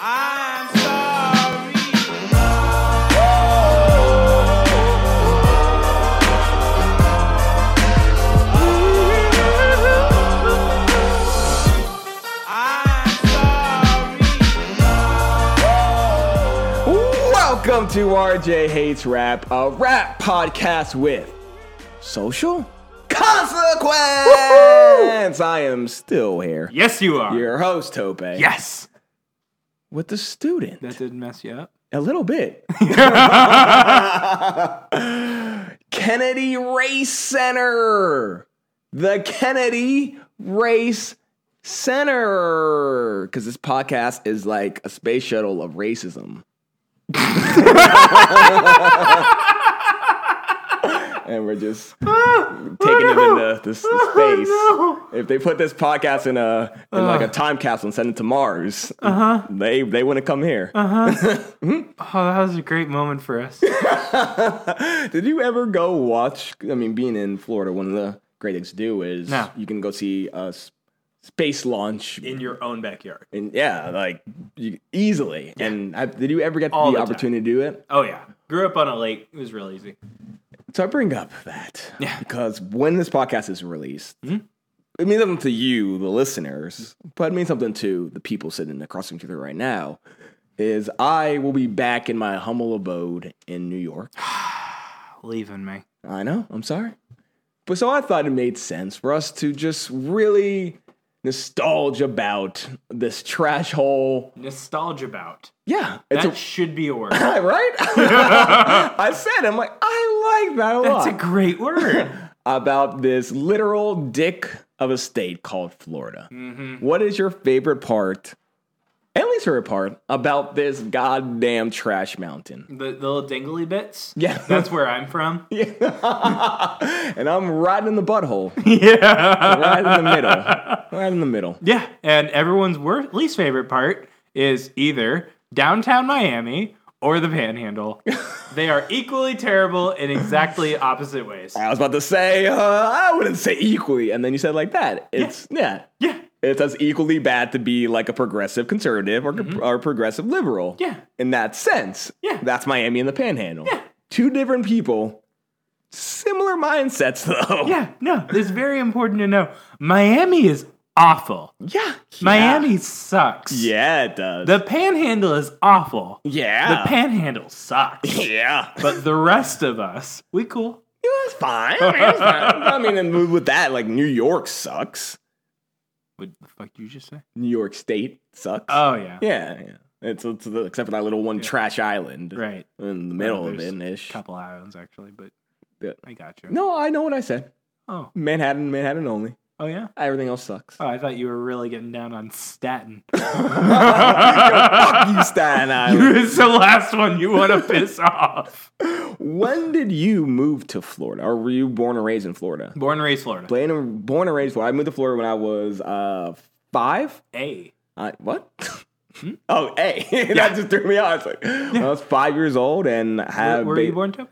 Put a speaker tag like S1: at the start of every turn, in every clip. S1: I'm sorry. I'm sorry.
S2: Welcome to RJ Hates Rap, a rap podcast with social consequence. I am still here.
S3: Yes, you are.
S2: Your host, Tope. Yeah.
S3: Yes.
S2: With the student.
S3: That didn't mess you up.
S2: A little bit. Kennedy Race Center. The Kennedy Race Center. Because this podcast is like a space shuttle of racism. and we're just taking them into this, this space.
S3: Oh,
S2: If they put this podcast in a in like a time capsule and send it to Mars, uh-huh. they they wouldn't come here.
S3: Oh, that was a great moment for us. Uh-huh.
S2: Did you ever go watch? I mean, being in Florida, one of the great things to do is
S3: No.
S2: you can go see a s- space launch,
S3: In your own backyard.
S2: and yeah, like you, easily. And I, did you ever get
S3: All
S2: the,
S3: the time.
S2: opportunity to do it?
S3: Oh yeah. Grew up on a lake. It was real easy.
S2: So I bring up that
S3: Yeah. Mm-hmm.
S2: because when this podcast is released, it means something to you, the listeners, but it means something to the people sitting across from each other right now. Is I will be back in my humble abode in New York.
S3: Leaving me.
S2: I know. I'm sorry. But so I thought it made sense for us to just really nostalgia about this trash hole.
S3: Nostalgia bout.
S2: Yeah, it's
S3: That should be a word.
S2: a, right. I said, I'm like, I like that a
S3: That's a
S2: lot
S3: great word.
S2: about this literal dick of a state called Florida.
S3: Mm-hmm.
S2: What is your favorite part? At least her part about this goddamn trash mountain.
S3: the, the little dingly bits.
S2: Yeah.
S3: That's where I'm from.
S2: and I'm right in the butthole,
S3: Yeah.
S2: right in the middle, right in the middle.
S3: Yeah. And everyone's wor- least favorite part is either downtown Miami or the Panhandle. they are equally terrible in exactly opposite ways.
S2: I was about to say, uh, I wouldn't say equally, and then you said like that. It's yeah,
S3: Yeah.
S2: it's as equally bad to be like a progressive conservative or, or progressive liberal.
S3: Mm-hmm. Yeah.
S2: in that sense.
S3: Yeah.
S2: that's Miami and the Panhandle. Yeah, two different people, similar mindsets though.
S3: Yeah, no, it's very important to know. Miami is awful.
S2: yeah,
S3: Miami sucks.
S2: Yeah, it does.
S3: The panhandle is awful.
S2: yeah,
S3: The panhandle sucks.
S2: yeah.
S3: but the rest of us, we cool.
S2: It was fine. I mean, it was fine. I mean, and with that, like New York sucks.
S3: What the fuck did you just say?
S2: New York State sucks.
S3: Oh, yeah.
S2: yeah, yeah. It's, it's the, except for that little one trash island.
S3: Right.
S2: in the middle of
S3: there's
S2: it
S3: A
S2: ish.
S3: couple islands, actually, but
S2: Yeah.
S3: I got you.
S2: No, I know what I said.
S3: Oh,
S2: Manhattan, Manhattan only.
S3: oh, yeah.
S2: Everything else sucks.
S3: Oh, I thought you were really getting down on Staten. Uh,
S2: Fuck you, Staten Island.
S3: it's the last one you want to piss off.
S2: when did you move to Florida? Or were you born and raised in Florida?
S3: Born and raised Florida.
S2: Born and, born and raised Florida. I moved to Florida when I was uh, five.
S3: A.
S2: I, what?
S3: Hmm?
S2: Oh, hey, that just threw me off. I was like, when I was five years old and
S3: Where,
S2: have.
S3: where were you born to?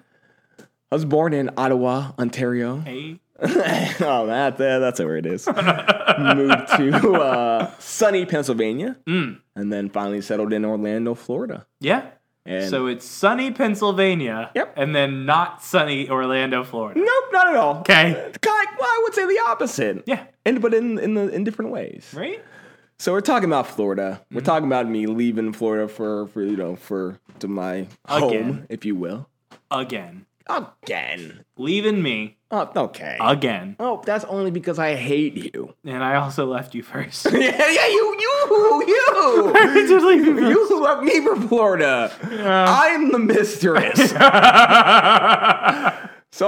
S2: I was born in Ottawa, Ontario.
S3: A.
S2: oh, that, that- that's where it is. Moved to uh, sunny Pennsylvania,
S3: Hmm.
S2: and then finally settled in Orlando, Florida.
S3: Yeah.
S2: And
S3: so it's sunny Pennsylvania.
S2: Yep.
S3: And then not sunny Orlando, Florida.
S2: nope, not at all.
S3: Okay.
S2: It's Kind of, well, I would say the opposite.
S3: Yeah.
S2: and but in in the in different ways.
S3: Right? Hmm.
S2: So we're talking about Florida. We're talking about me leaving Florida for for you know for to my home,
S3: Again.
S2: if you will.
S3: Again.
S2: Again.
S3: Leaving me
S2: Oh, okay.
S3: again.
S2: oh, that's only because I hate you.
S3: And I also left you first.
S2: yeah, yeah, you, you, you.
S3: I did leave you first.
S2: You left me for Florida. I'm the mistress. so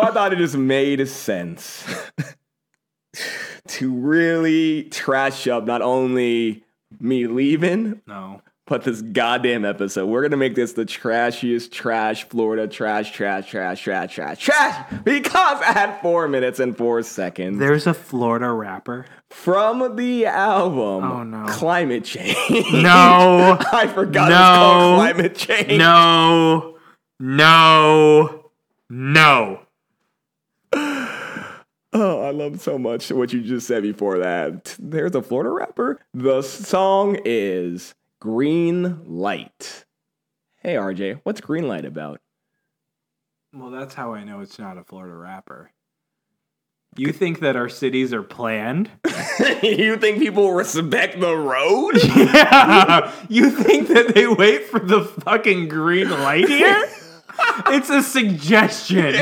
S2: I thought it just made sense to really trash up not only me leaving,
S3: no.
S2: But this goddamn episode, we're gonna make this the trashiest trash Florida trash trash trash trash trash trash because at four minutes and four seconds
S3: There's a Florida rapper.
S2: from the album
S3: Oh, no.
S2: Climate Change.
S3: No.
S2: I forgot it's
S3: No.
S2: called Climate Change.
S3: No. No. No.
S2: Oh, I love so much what you just said before that. There's a Florida rapper. The song is Green Light. Hey RJ, what's Green Light about?
S3: Well, that's how I know it's not a Florida rapper. You think that our cities are planned?
S2: you think people respect the road?
S3: Yeah. You think that they wait for the fucking green light here? it's a suggestion.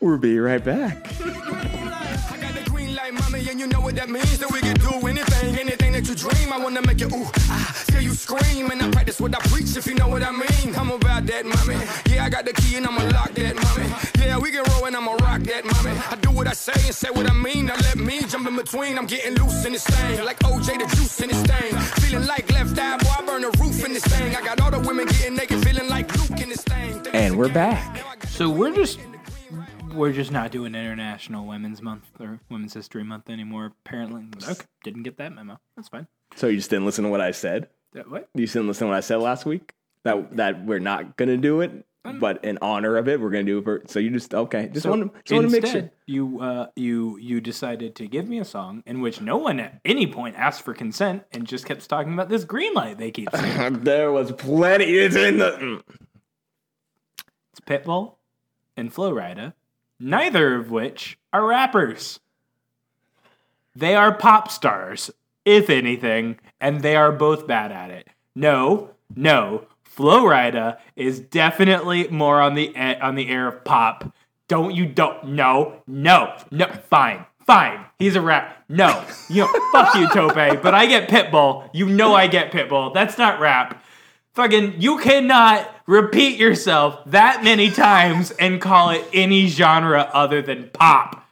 S2: we'll be right back.
S4: I got the green light, mommy, and you know what that means. That we can do anything, anything that you dream. I wanna make you ooh, ah, till you scream. And I practice what I preach, if you know what I mean. I'm about that, mommy. Yeah, I got the key and I'ma lock that, mommy. Yeah, we can roll and I'ma rock that, mommy. I do what I say and say what I mean. Now let me jump in between. I'm getting loose in this thing, like OJ the juice in this thing. Feeling like left eye, boy, I burn the roof in this thing. I got all the women getting naked, feeling like Luke in this thing.
S2: And we're back.
S3: So we're just we're just not doing International Women's Month or Women's History Month anymore. Apparently, okay, didn't get that memo. That's fine.
S2: So you just didn't listen to what I said?
S3: That, what?
S2: You just didn't listen to what I said last week? That that we're not gonna do it,
S3: Mm.
S2: but in honor of it, we're gonna do it for so you just okay. Just want to just want to make sure.
S3: Instead, you uh, you you decided to give me a song in which no one at any point asked for consent and just kept talking about this green light they keep saying.
S2: There was plenty. It's in the mm.
S3: It's Pitbull and Flo Rida, neither of which are rappers. They are pop stars, if anything, and they are both bad at it. No, no, Flo Rida is definitely more on the e- on the air of pop. Don't you don't no no no fine fine he's a rap no you know, fuck you Tope but I get Pitbull you know I get Pitbull that's not rap Fucking, you cannot repeat yourself that many times and call it any genre other than pop.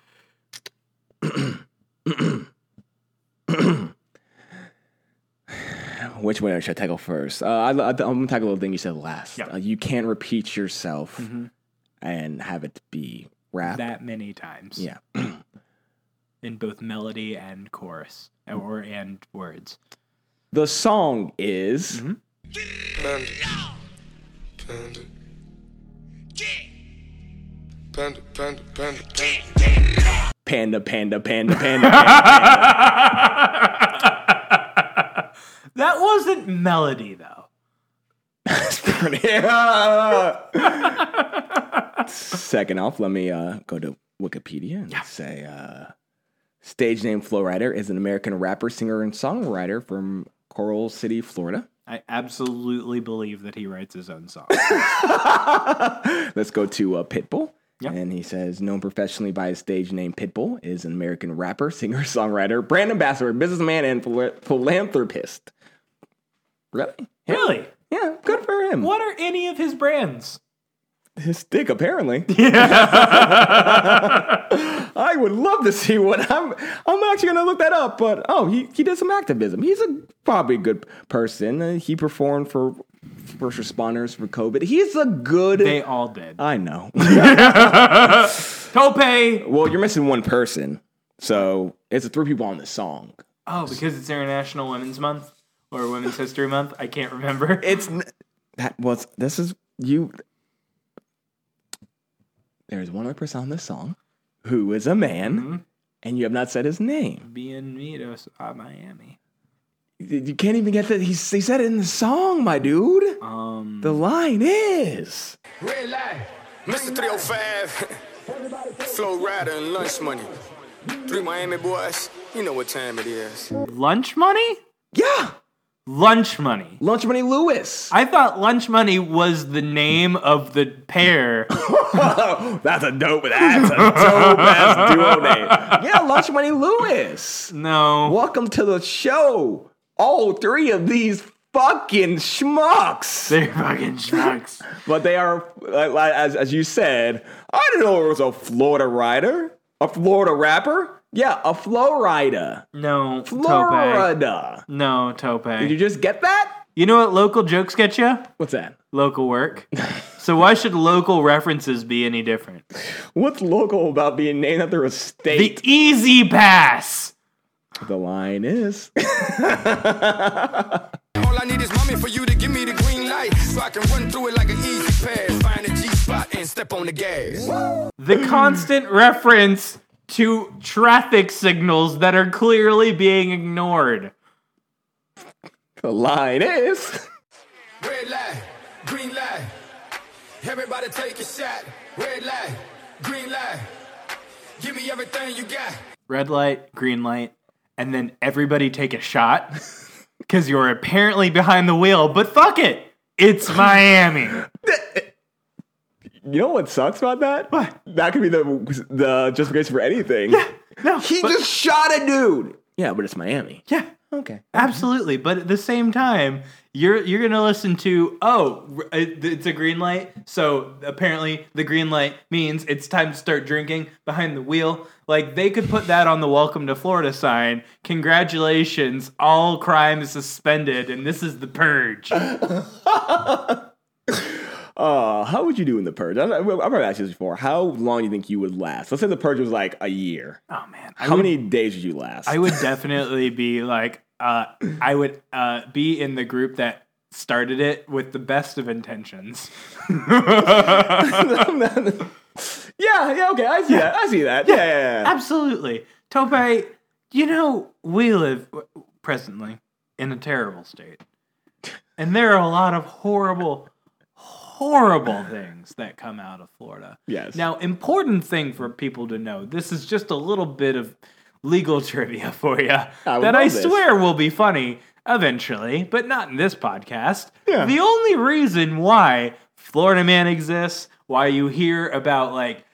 S2: mm. Which one should I tackle first? Uh, I, I, I'm gonna tackle the thing you said last.
S3: Yeah. Mm-hmm.
S2: Uh, you can't repeat yourself and have it be rap.
S3: That many times.
S2: Yeah.
S3: In both melody and chorus, or and words.
S2: The song is
S3: Mm-hmm.
S5: Panda. Panda. Panda, panda, panda, panda.
S2: Panda, Panda, Panda, Panda, Panda.
S3: That wasn't melody, though.
S2: That's pretty- Ah. Second off, let me uh, go to Wikipedia and say uh, stage name Flow Rider is an American rapper, singer, and songwriter from Coral City, Florida.
S3: I absolutely believe that he writes his own song.
S2: Let's go to uh, Pitbull.
S3: Yeah.
S2: And he says, known professionally by his stage name Pitbull, is an American rapper, singer, songwriter, brand ambassador, businessman, and phila- philanthropist. Really?
S3: really?
S2: Yeah, good for him.
S3: What are any of his brands?
S2: His dick, apparently. I would love to see what I'm. I'm actually gonna look that up. But oh, he, he did some activism. He's a probably a good person. Uh, he performed for first responders for COVID. He's a good.
S3: They all did.
S2: I know.
S3: Tope!
S2: Well, you're missing one person. So it's the three people on this song.
S3: Oh, because it's International Women's Month or Women's History Month? I can't remember.
S2: It's n- that was this is you. There is one other person on this song who is a man, and you have not said his name.
S3: Bienvenidos a uh, Miami.
S2: You you can't even get that. He, he said it in the song, my dude.
S3: Um,
S2: the line is
S4: Red light. Mr. 305, Flow Rider and Lunch Money. Three Miami boys, you know what time it is.
S3: lunch money?
S2: yeah,
S3: Lunch money.
S2: Lunch Money Lewis.
S3: I thought lunch money was the name of the pair.
S2: That's a dope. That's a dope ass duo name. Yeah, Lunch Money Lewis.
S3: No.
S2: Welcome to the show. All three of these fucking schmucks.
S3: They're fucking schmucks.
S2: But they are, like, like, as, as you said, I didn't know it was a Florida writer, a Florida rapper. Yeah, a Florida.
S3: No, Tope.
S2: Florida.
S3: No, Tope.
S2: Did you just get that?
S3: You know what local jokes get you?
S2: What's that?
S3: Local work. so why should local references be any different?
S2: What's local about being named after a
S3: The
S2: state?
S3: easy pass.
S2: The, line is.
S4: All I need is mommy for you to give me the green light so I can run through it like an easy pass. Find a G spot and step on the gas.
S3: The constant reference to traffic signals that are clearly being ignored.
S2: the line is.
S4: Red light, green light. Everybody take a shot. Red light, green light. Give me everything you got.
S3: Red light, green light, and then everybody take a shot because you're apparently behind the wheel, but fuck it. It's Miami.
S2: You know what sucks about that?
S3: What?
S2: That could be the the justification for anything.
S3: No,
S2: he
S3: but-
S2: just shot a dude. Yeah, but it's Miami.
S3: Yeah.
S2: Okay.
S3: Absolutely, but at the same time, you're you're gonna listen to oh, r- it- it's a green light. So apparently, the green light means it's time to start drinking behind the wheel. Like they could put that on the "Welcome to Florida" sign. Congratulations, all crime is suspended, and this is the purge. Oh,
S2: Uh, how would you do in the purge? I, I, I've never asked you this before. How long do you think you would last? Let's say the purge was like a year.
S3: Oh man, I
S2: How
S3: would,
S2: many days would you last?
S3: I would definitely be like, uh, I would uh, be in the group that started it with the best of intentions.
S2: yeah, yeah, okay, I see that. I see that. Yeah, yeah, yeah.
S3: Absolutely. Tope, you know, we live presently in a terrible state. And there are a lot of horrible, horrible things that come out of Florida.
S2: Yes.
S3: Now, important thing for people to know this is just a little bit of legal trivia for you
S2: would
S3: that I
S2: love this.
S3: swear will be funny eventually, but not in this podcast.
S2: Yeah.
S3: The only reason why Florida Man exists, why you hear about like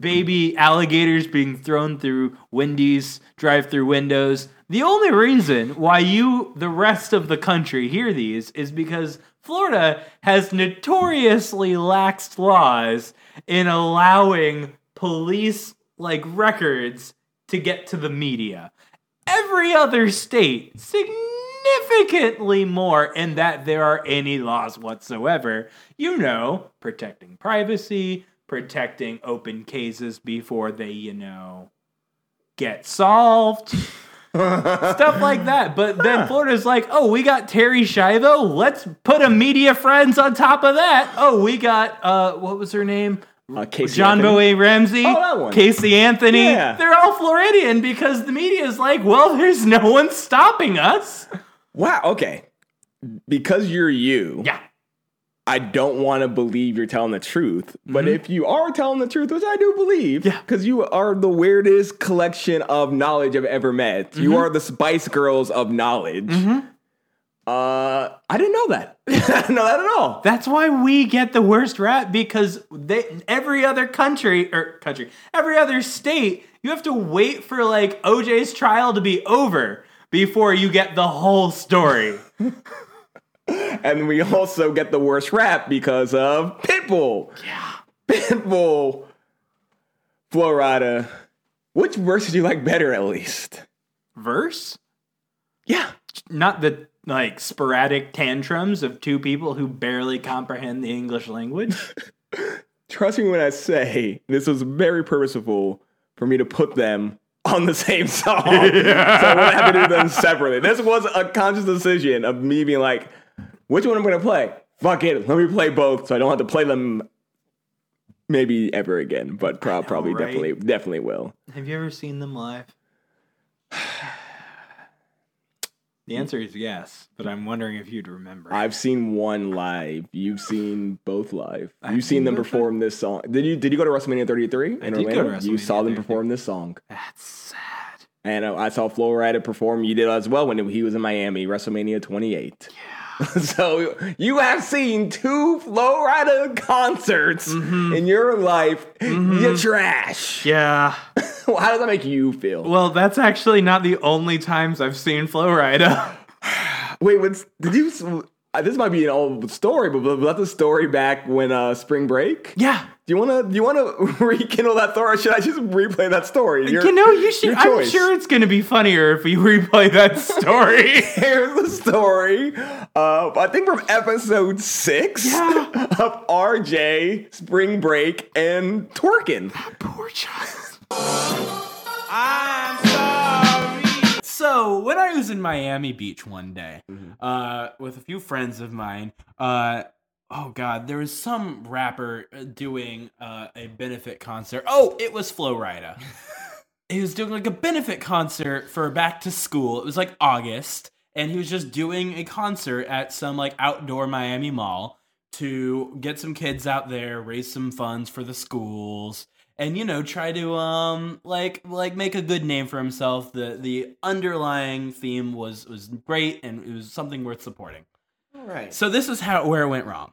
S3: baby alligators being thrown through Wendy's drive through windows. The only reason why you, the rest of the country, hear these is because Florida has notoriously laxed laws in allowing police like records to get to the media. Every other state, significantly more in that there are any laws whatsoever. You know, protecting privacy, protecting open cases before they, you know, get solved. Stuff like that. But then Florida's like, oh, we got Terry Shivo. Let's put a media friends on top of that. Oh, we got, uh, what was her name?
S2: Uh, Casey
S3: John
S2: Anthony.
S3: Bowie Ramsey,
S2: Oh, that one.
S3: Casey Anthony.
S2: Yeah.
S3: They're all Floridian because the media is like, well, there's no one stopping us.
S2: Wow, okay. Because you're you,
S3: Yeah.
S2: I don't want to believe you're telling the truth. But if you are telling the truth, which I do believe,
S3: Yeah.
S2: because you are the weirdest collection of knowledge I've ever met. You are the Spice Girls of knowledge. Uh, I didn't know that. I didn't know that at all.
S3: That's why we get the worst rap because they every other country or country, every other state, you have to wait for like OJ's trial to be over before you get the whole story.
S2: And we also get the worst rap because of Pitbull. Yeah. Pitbull, Florida. Which verse did you like better, at least?
S3: Verse?
S2: Yeah.
S3: Not the like sporadic tantrums of two people who barely comprehend the English language.
S2: Trust me when I say this was very purposeful for me to put them on the same song. so I wouldn't have to do them separately. This was a conscious decision of me being like, which one I'm going to play? Fuck it. Let me play both so I don't have to play them maybe ever again, but prob- probably
S3: right?
S2: definitely definitely will.
S3: Have you ever seen them live? The answer is yes, but I'm wondering if you'd remember.
S2: I've seen one live. You've seen both live.
S3: I've
S2: You've seen
S3: seen
S2: them
S3: both
S2: perform this song. Did you did you go to WrestleMania 33
S3: did
S2: in
S3: go to
S2: You
S3: WrestleMania
S2: saw them
S3: 33.
S2: perform this song.
S3: That's sad.
S2: And uh, I saw Flo Rida perform. You did as well when he was in Miami, WrestleMania 28. Yeah. so you have seen two Flo Rida concerts in your life. You're trash.
S3: Mm-hmm. Yeah.
S2: How does that make you feel?
S3: Well, that's actually not the only times I've seen Flow Rida.
S2: Wait, what's, did you? uh, This might be an old story, but was that the story back when uh, spring break?
S3: yeah.
S2: Do you wanna do you wanna rekindle that story? Or should I just replay that story? Your-
S3: you know, you should.
S2: your
S3: I'm
S2: choice.
S3: sure it's going to be funnier if you replay that story.
S2: Here's the story. Uh, I think from episode six of RJ Spring Break and Twerkin.
S3: Poor child.
S1: I'm sorry.
S3: So when I was in Miami Beach one day, uh, with a few friends of mine, uh, oh god, there was some rapper uh, doing uh, a benefit concert. Oh, it was Flo Rida. he was doing like a benefit concert for back to school. It was like August, and he was just doing a concert at some like outdoor Miami mall to get some kids out there, raise some funds for the schools, and you know, try to um like like make a good name for himself. The the underlying theme was was great and it was something worth supporting.
S2: Right.
S3: So this is how where it went wrong.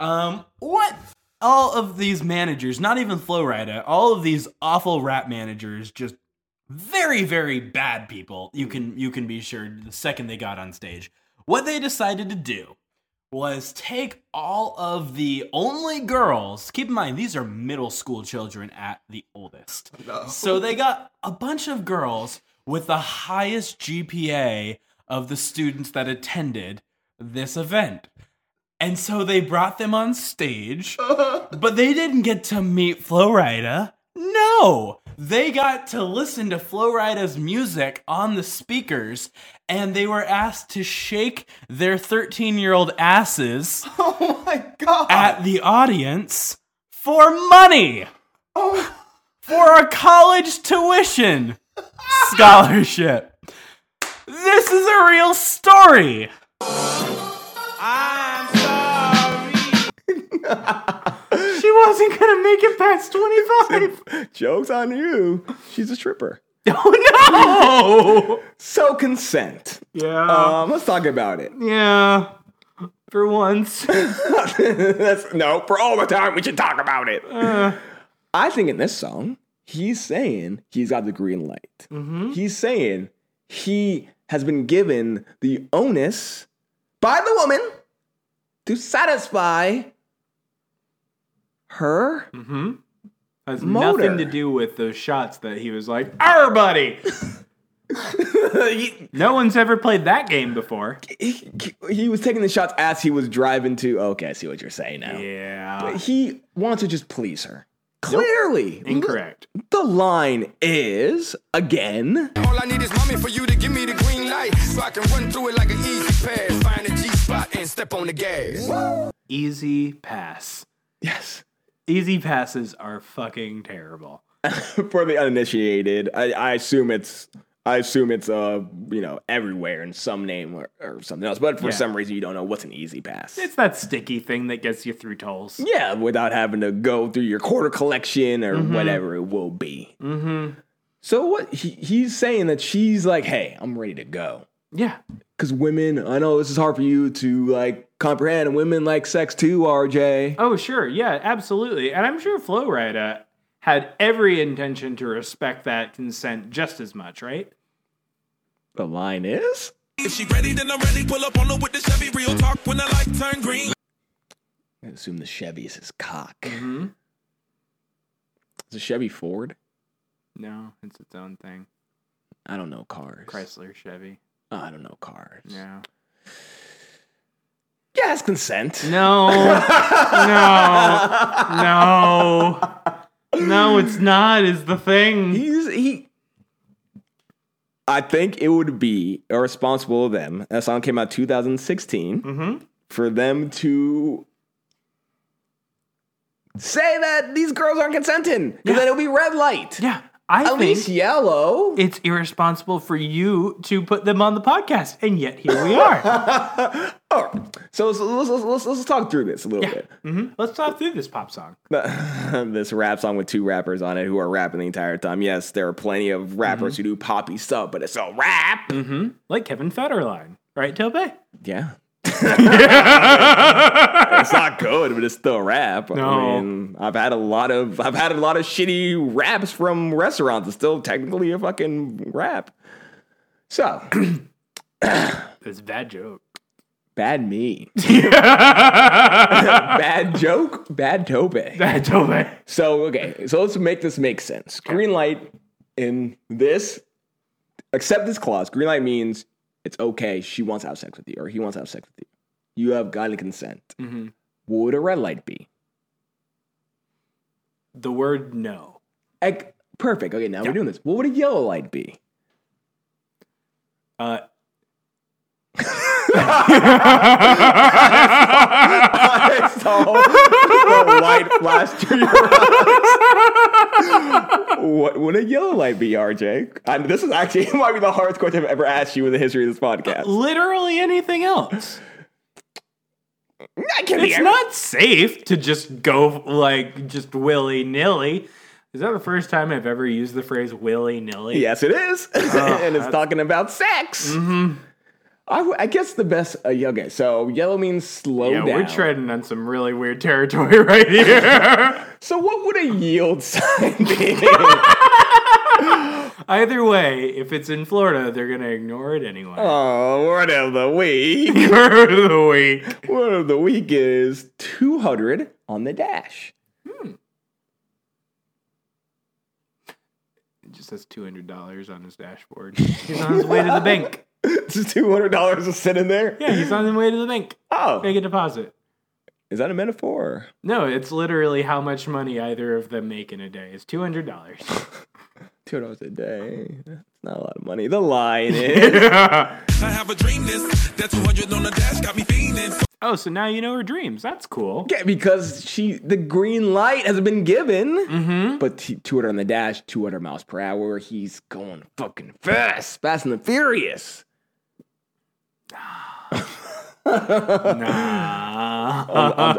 S3: Um, what all of these managers, not even Flowrider, all of these awful rap managers, just very very bad people. You can you can be sure the second they got on stage, what they decided to do was take all of the only girls. Keep in mind these are middle school children at the oldest. So they got a bunch of girls with the highest GPA of the students that attended this event. And so they brought them on stage, but they didn't get to meet Flowrider. No, they got to listen to Flowrider's music on the speakers, and they were asked to shake their 13 year old asses
S2: Oh my god.
S3: at the audience for money
S2: Oh.
S3: for a college tuition scholarship. This is a real story.
S1: I'm sorry.
S3: She wasn't gonna make it past 25.
S2: Joke's on you. She's a stripper.
S3: Oh
S2: So consent.
S3: no! Uh, Yeah.
S2: Um, let's talk about it.
S3: yeah. For once.
S2: That's no for all the time. We should talk about it.
S3: Uh,
S2: I think in this song, he's saying he's got the green light.
S3: Mm-hmm.
S2: He's saying he has been given the onus by the woman to satisfy her.
S3: Has
S2: Motor.
S3: nothing to do with those shots that he was like, "Our buddy." Mm-hmm.
S2: he,
S3: No one's ever played that game before.
S2: he- he was taking the shots as he was driving to. Okay, I see what you're saying now.
S3: Yeah.
S2: He wants to just please her. Clearly,
S3: Incorrect.
S2: The line is again.
S4: All I need is mommy for you to give me the green light so I can run through it like an easy pass. Find a G spot and step on the gas.
S3: Easy pass.
S2: Yes.
S3: Easy passes are fucking terrible.
S2: for the uninitiated, I, I assume it's I assume it's uh you know everywhere in some name or, or something else. But for
S3: Yeah.
S2: some reason, you don't know what's an easy pass.
S3: It's that sticky thing that gets you through tolls.
S2: yeah, without having to go through your quarter collection or
S3: Mm-hmm.
S2: whatever it will be. Mm-hmm. So what he, he's saying that she's like, hey, I'm ready to go.
S3: Yeah.
S2: Cause women, I know this is hard for you to like comprehend. and Women like sex too, RJ.
S3: Oh, sure. Yeah, absolutely. And I'm sure Flo Rida had every intention to respect that consent just as much, right?
S2: The line is.
S6: If she ready, then I'm ready. Pull up on her with the Chevy. Real talk when the light turn green.
S2: I assume the Chevy is his cock.
S3: Mm-hmm.
S2: Is a Chevy Ford?
S3: No, it's its own thing.
S2: I don't know cars. Oh,
S3: Chrysler, Chevy.
S2: I don't know cars.
S3: No.
S2: Yeah, it's consent.
S3: No. no. No. No, it's not, is the thing.
S2: He's he. I think it would be irresponsible of them. That song came out 2016
S3: Mm-hmm.
S2: for them to say that these girls aren't consenting because then it'll be red light.
S3: Yeah. I
S2: At
S3: think
S2: least yellow.
S3: it's irresponsible for you to put them on the podcast. And yet here we are.
S2: All right. So let's, let's, let's, let's, let's talk through this a little bit.
S3: Let's talk through this pop song.
S2: this rap song with two rappers on it who are rapping the entire time. Yes, there are plenty of rappers who do poppy stuff, but it's a rap.
S3: Like Kevin Federline. Right, Tope?
S2: Yeah. it's not good, but it's still rap. I
S3: No.
S2: mean, I've had a lot of I've had a lot of shitty raps from restaurants. It's still technically a fucking rap. So
S3: It's a bad joke.
S2: Bad me.
S3: Bad
S2: bad joke. Bad tope.
S3: Tobe.
S2: So okay, so let's make this make sense. Green light in this, accept this clause. Green light means it's okay. She wants to have sex with you, or he wants to have sex with you. You have gotten consent. What would a red light be?
S3: The word no.
S2: Ec- perfect. Okay, now we're doing this. What would a yellow light be?
S3: Uh,
S2: I saw the light flash to your eyes. What would a yellow light be, RJ? I this is actually it might be the hardest question I've ever asked you in the history of this podcast.
S3: literally anything else.
S2: I can't
S3: It's not safe to just go like just willy nilly. Is that the first time I've ever used the phrase willy nilly?
S2: Yes, it is,
S3: Ah,
S2: and it's talking about sex. Mm-hmm. I, w- I guess the best. Uh, yeah, okay, so yellow means slow
S3: Yeah,
S2: down.
S3: we're treading on some really weird territory right here.
S2: so what would a yield sign be?
S3: Either way, if it's in Florida, they're gonna ignore it anyway.
S2: oh, word of the week.
S3: Word of the week.
S2: Word of the week is two hundred on the dash.
S3: It just has two hundred dollars on his dashboard. He's on his way to the bank.
S2: It's two hundred dollars to sit in there.
S3: Yeah, he's on his way to the bank.
S2: Oh,
S3: Make a deposit.
S2: is that a metaphor?
S3: No, it's literally how much money either of them make in a day. It's two hundred dollars.
S2: Two dollars a day. That's not a lot of money. The line is.
S6: I have a dream this. That 200 on the dash got me feeling.
S3: oh, so now you know her dreams. That's cool.
S2: Yeah, because she the green light has been given. Mm-hmm. But t- 200 on the dash, 200 miles per hour. He's going fucking fast, fast and the furious.
S3: Nah. Uh,
S2: I'm, I'm-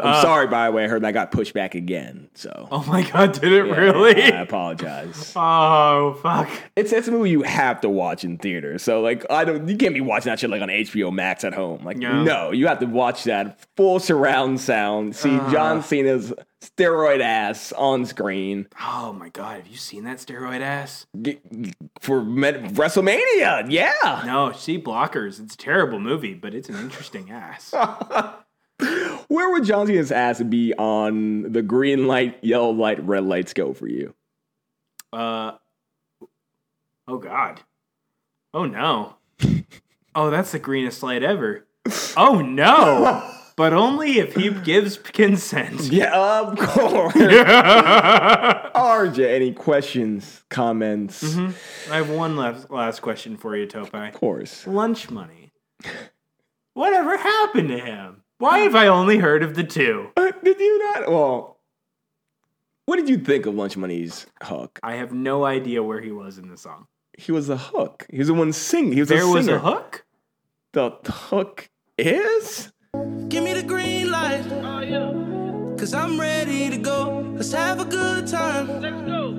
S2: I'm sorry, by the way. I heard that got pushed back again. So
S3: Oh my god, did it
S2: Yeah,
S3: really?
S2: I apologize.
S3: Oh fuck.
S2: It's it's a movie you have to watch in theater. So like I don't you can't be watching that shit like on HBO Max at home. Like
S3: Yeah.
S2: no, you have to watch that full surround sound. See
S3: Uh-huh.
S2: John Cena's steroid ass on screen
S3: Oh my god, have you seen that steroid ass?
S2: G- for Met- WrestleMania. Yeah.
S3: No, see blockers. It's a terrible movie, but it's an interesting ass.
S2: Where would John Cena's ass be on the green light, yellow light, red lights go for you?
S3: Uh oh god. Oh no. Oh, that's the greenest light ever. Oh no. But only if he gives consent.
S2: Yeah, of course. RJ, any questions, comments?
S3: Mm-hmm. I have one last last question for you, Topai.
S2: Of course.
S3: Lunch money. Whatever happened to him? Why have I only heard of the two?
S2: Uh, did you not? Well, what did you think of Lunch Money's hook?
S3: I have no idea where he was in the song.
S2: He was a hook. He was the one singing. He was
S3: There
S2: a
S3: was
S2: singer.
S3: a hook?
S2: The hook is
S7: Give me the green light. Cause I'm ready to go. Let's have a good time. Let's go.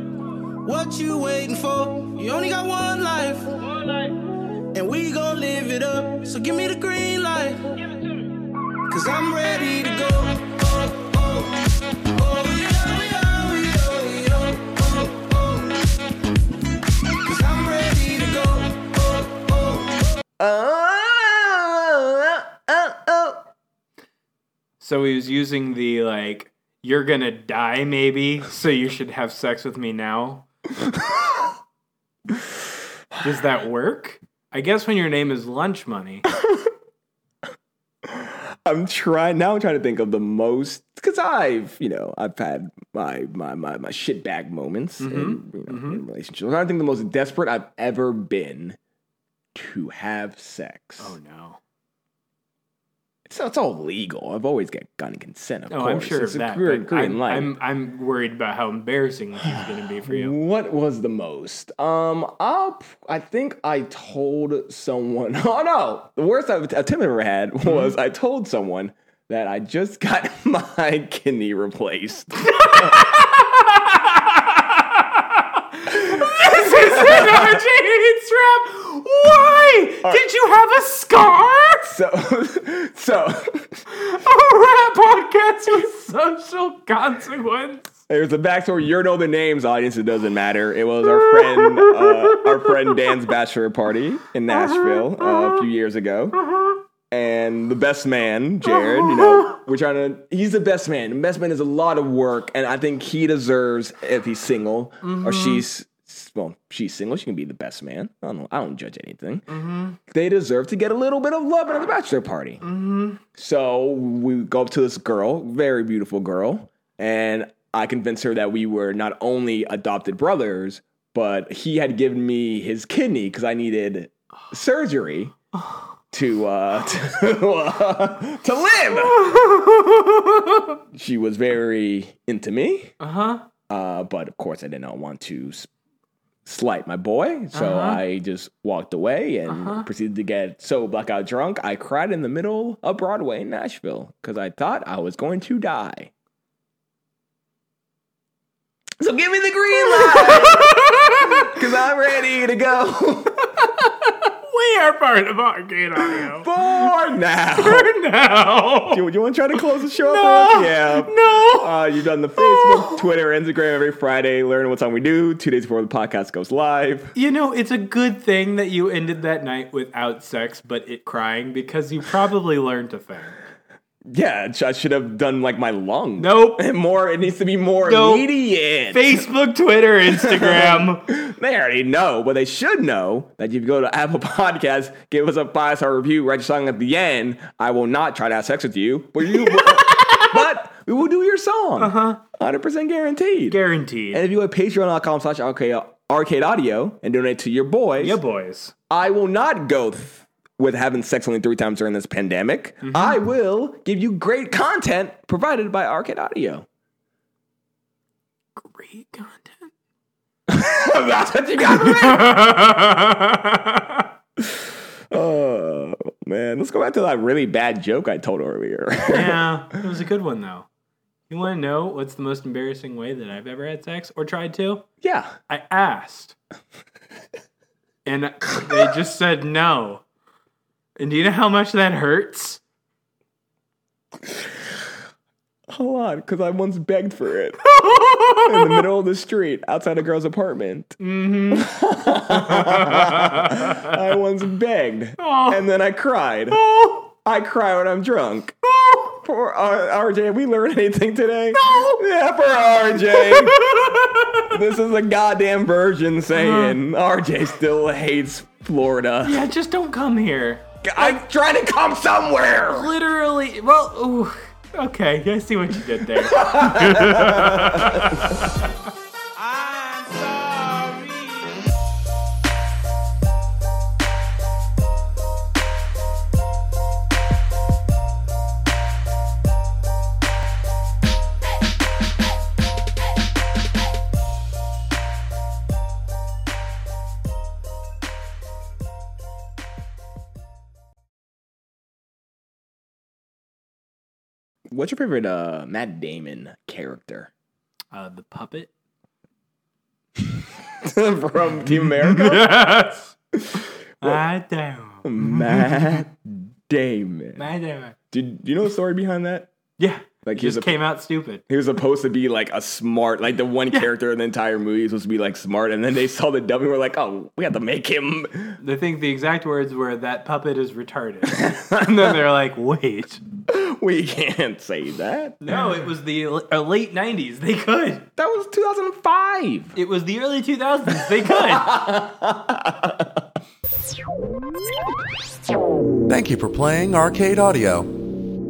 S7: What you waiting for? You only got one life. One life. And we gon' live it up. So give me the green light. Give it to me. Cause I'm ready to go. Oh, oh. Oh, yeah, yeah, yeah, yeah. Oh, oh. 'Cause I'm ready to go. Oh, oh.
S2: oh, oh, oh.
S3: So he was using the like, you're gonna die maybe, so you should have sex with me now. Does that work? I guess when your name is lunch money.
S2: I'm trying now. I'm trying to think of the most because I've you know I've had my my my, my shitbag moments
S3: Mm-hmm.
S2: in, you know, in relationships. I think the most desperate I've ever been to have sex.
S3: Oh no.
S2: It's, it's all legal. I've always got gotten consent. Of
S3: Oh,
S2: course.
S3: I'm sure
S2: it's
S3: of that.
S2: A green,
S3: but
S2: green
S3: I'm,
S2: light.
S3: I'm I'm worried about how embarrassing this is gonna be for you.
S2: What was the most? Um, I'll, I think I told someone. Oh no, the worst I've, attempt I've ever
S3: Mm-hmm.
S2: had was I told someone that I just got my kidney replaced.
S3: this is an RJ Hated Strap! Why? Did you have a scar?
S2: So, so
S3: A rap podcast with social consequence.
S2: there's the backstory. You know the names, audience. It doesn't matter. It was our friend, uh, our friend Dan's bachelor party in Nashville uh, a few years ago. and the best man, Jared, you know, we're trying to, he's the best man. The best man is a lot of work, and I think he deserves, if he's single or she's, well, she's single, she can be the best man. I don't, I don't judge anything. They deserve to get a little bit of love at the bachelor party. So we go up to this girl, very beautiful girl, and I convinced her that we were not only adopted brothers, but he had given me his kidney because I needed surgery to uh, to, uh, to live. she was very into me,
S3: Uh-huh.
S2: uh, but of course I did not want to s- slight my boy, so I just walked away and proceeded to get so blackout drunk. I cried in the middle of Broadway in Nashville because I thought I was going to die. So give me the green light because I'm ready to go
S3: We are part of Arcade Audio.
S2: for now.
S3: For now.
S2: Do you, want to try to close the show up? for us? Yeah.
S3: No.
S2: Uh, you've done the Facebook, Twitter, Instagram every Friday. Learn what time we do two days before the podcast goes live.
S3: You know, it's a good thing that you ended that night without sex, but it crying because you probably learned a thing.
S2: Yeah, I should have done like my lung.
S3: Nope.
S2: More. It needs to be more
S3: Nope.
S2: immediate.
S3: Facebook, Twitter, Instagram.
S2: They already know, but they should know that if you go to Apple Podcasts, give us a five star review, write your song at the end. I will not try to have sex with you, but you. but we will do your song. Uh huh. Hundred percent guaranteed.
S3: Guaranteed.
S2: And if you go to patreon.com slash arcade arcade audio and donate to your boys,
S3: yeah, boys.
S2: I will not go th- with having sex only three times during this pandemic.
S3: Mm-hmm.
S2: I will give you great content provided by Arcade Audio.
S3: Great content.
S2: That's what you got from me. Oh man, let's go back to that really bad joke I told earlier.
S3: Yeah, it was a good one, though. You want to know what's the most embarrassing way that I've ever had sex or tried to?
S2: yeah.
S3: I asked. and they just said no. And do you know how much that hurts?
S2: Hold on, because I once begged for it in the middle of the street outside a girl's apartment. I once begged, and then I cried. I cry when I'm drunk. Poor R- RJ, have we learned anything today? No. Yeah, for RJ. this is a goddamn virgin saying RJ still hates Florida.
S3: Yeah, just don't come here.
S2: I'm trying to come somewhere.
S3: Literally. Well, ooh. okay. I see what you did there.
S1: I'm sorry.
S2: What's your favorite uh, Matt Damon character
S3: uh, the puppet.
S2: from Team America?
S3: Yes. I don't.
S2: Matt Damon.
S3: I don't.
S2: Did do you know the story behind that?
S3: Yeah.
S2: Like
S3: just
S2: he's a-
S3: came out stupid.
S2: He was supposed to be like a smart, like the one character in the entire movie was supposed to be like smart, and then they saw the dubbing. We're like, oh, we have to make him.
S3: They think the exact words were that puppet is retarded. and then they're like, wait.
S2: We can't say that.
S3: No, it was the l- uh, late 90s. They could.
S2: That was 2005.
S3: It was the early 2000s. They could.
S8: Thank you for playing Arcade Audio.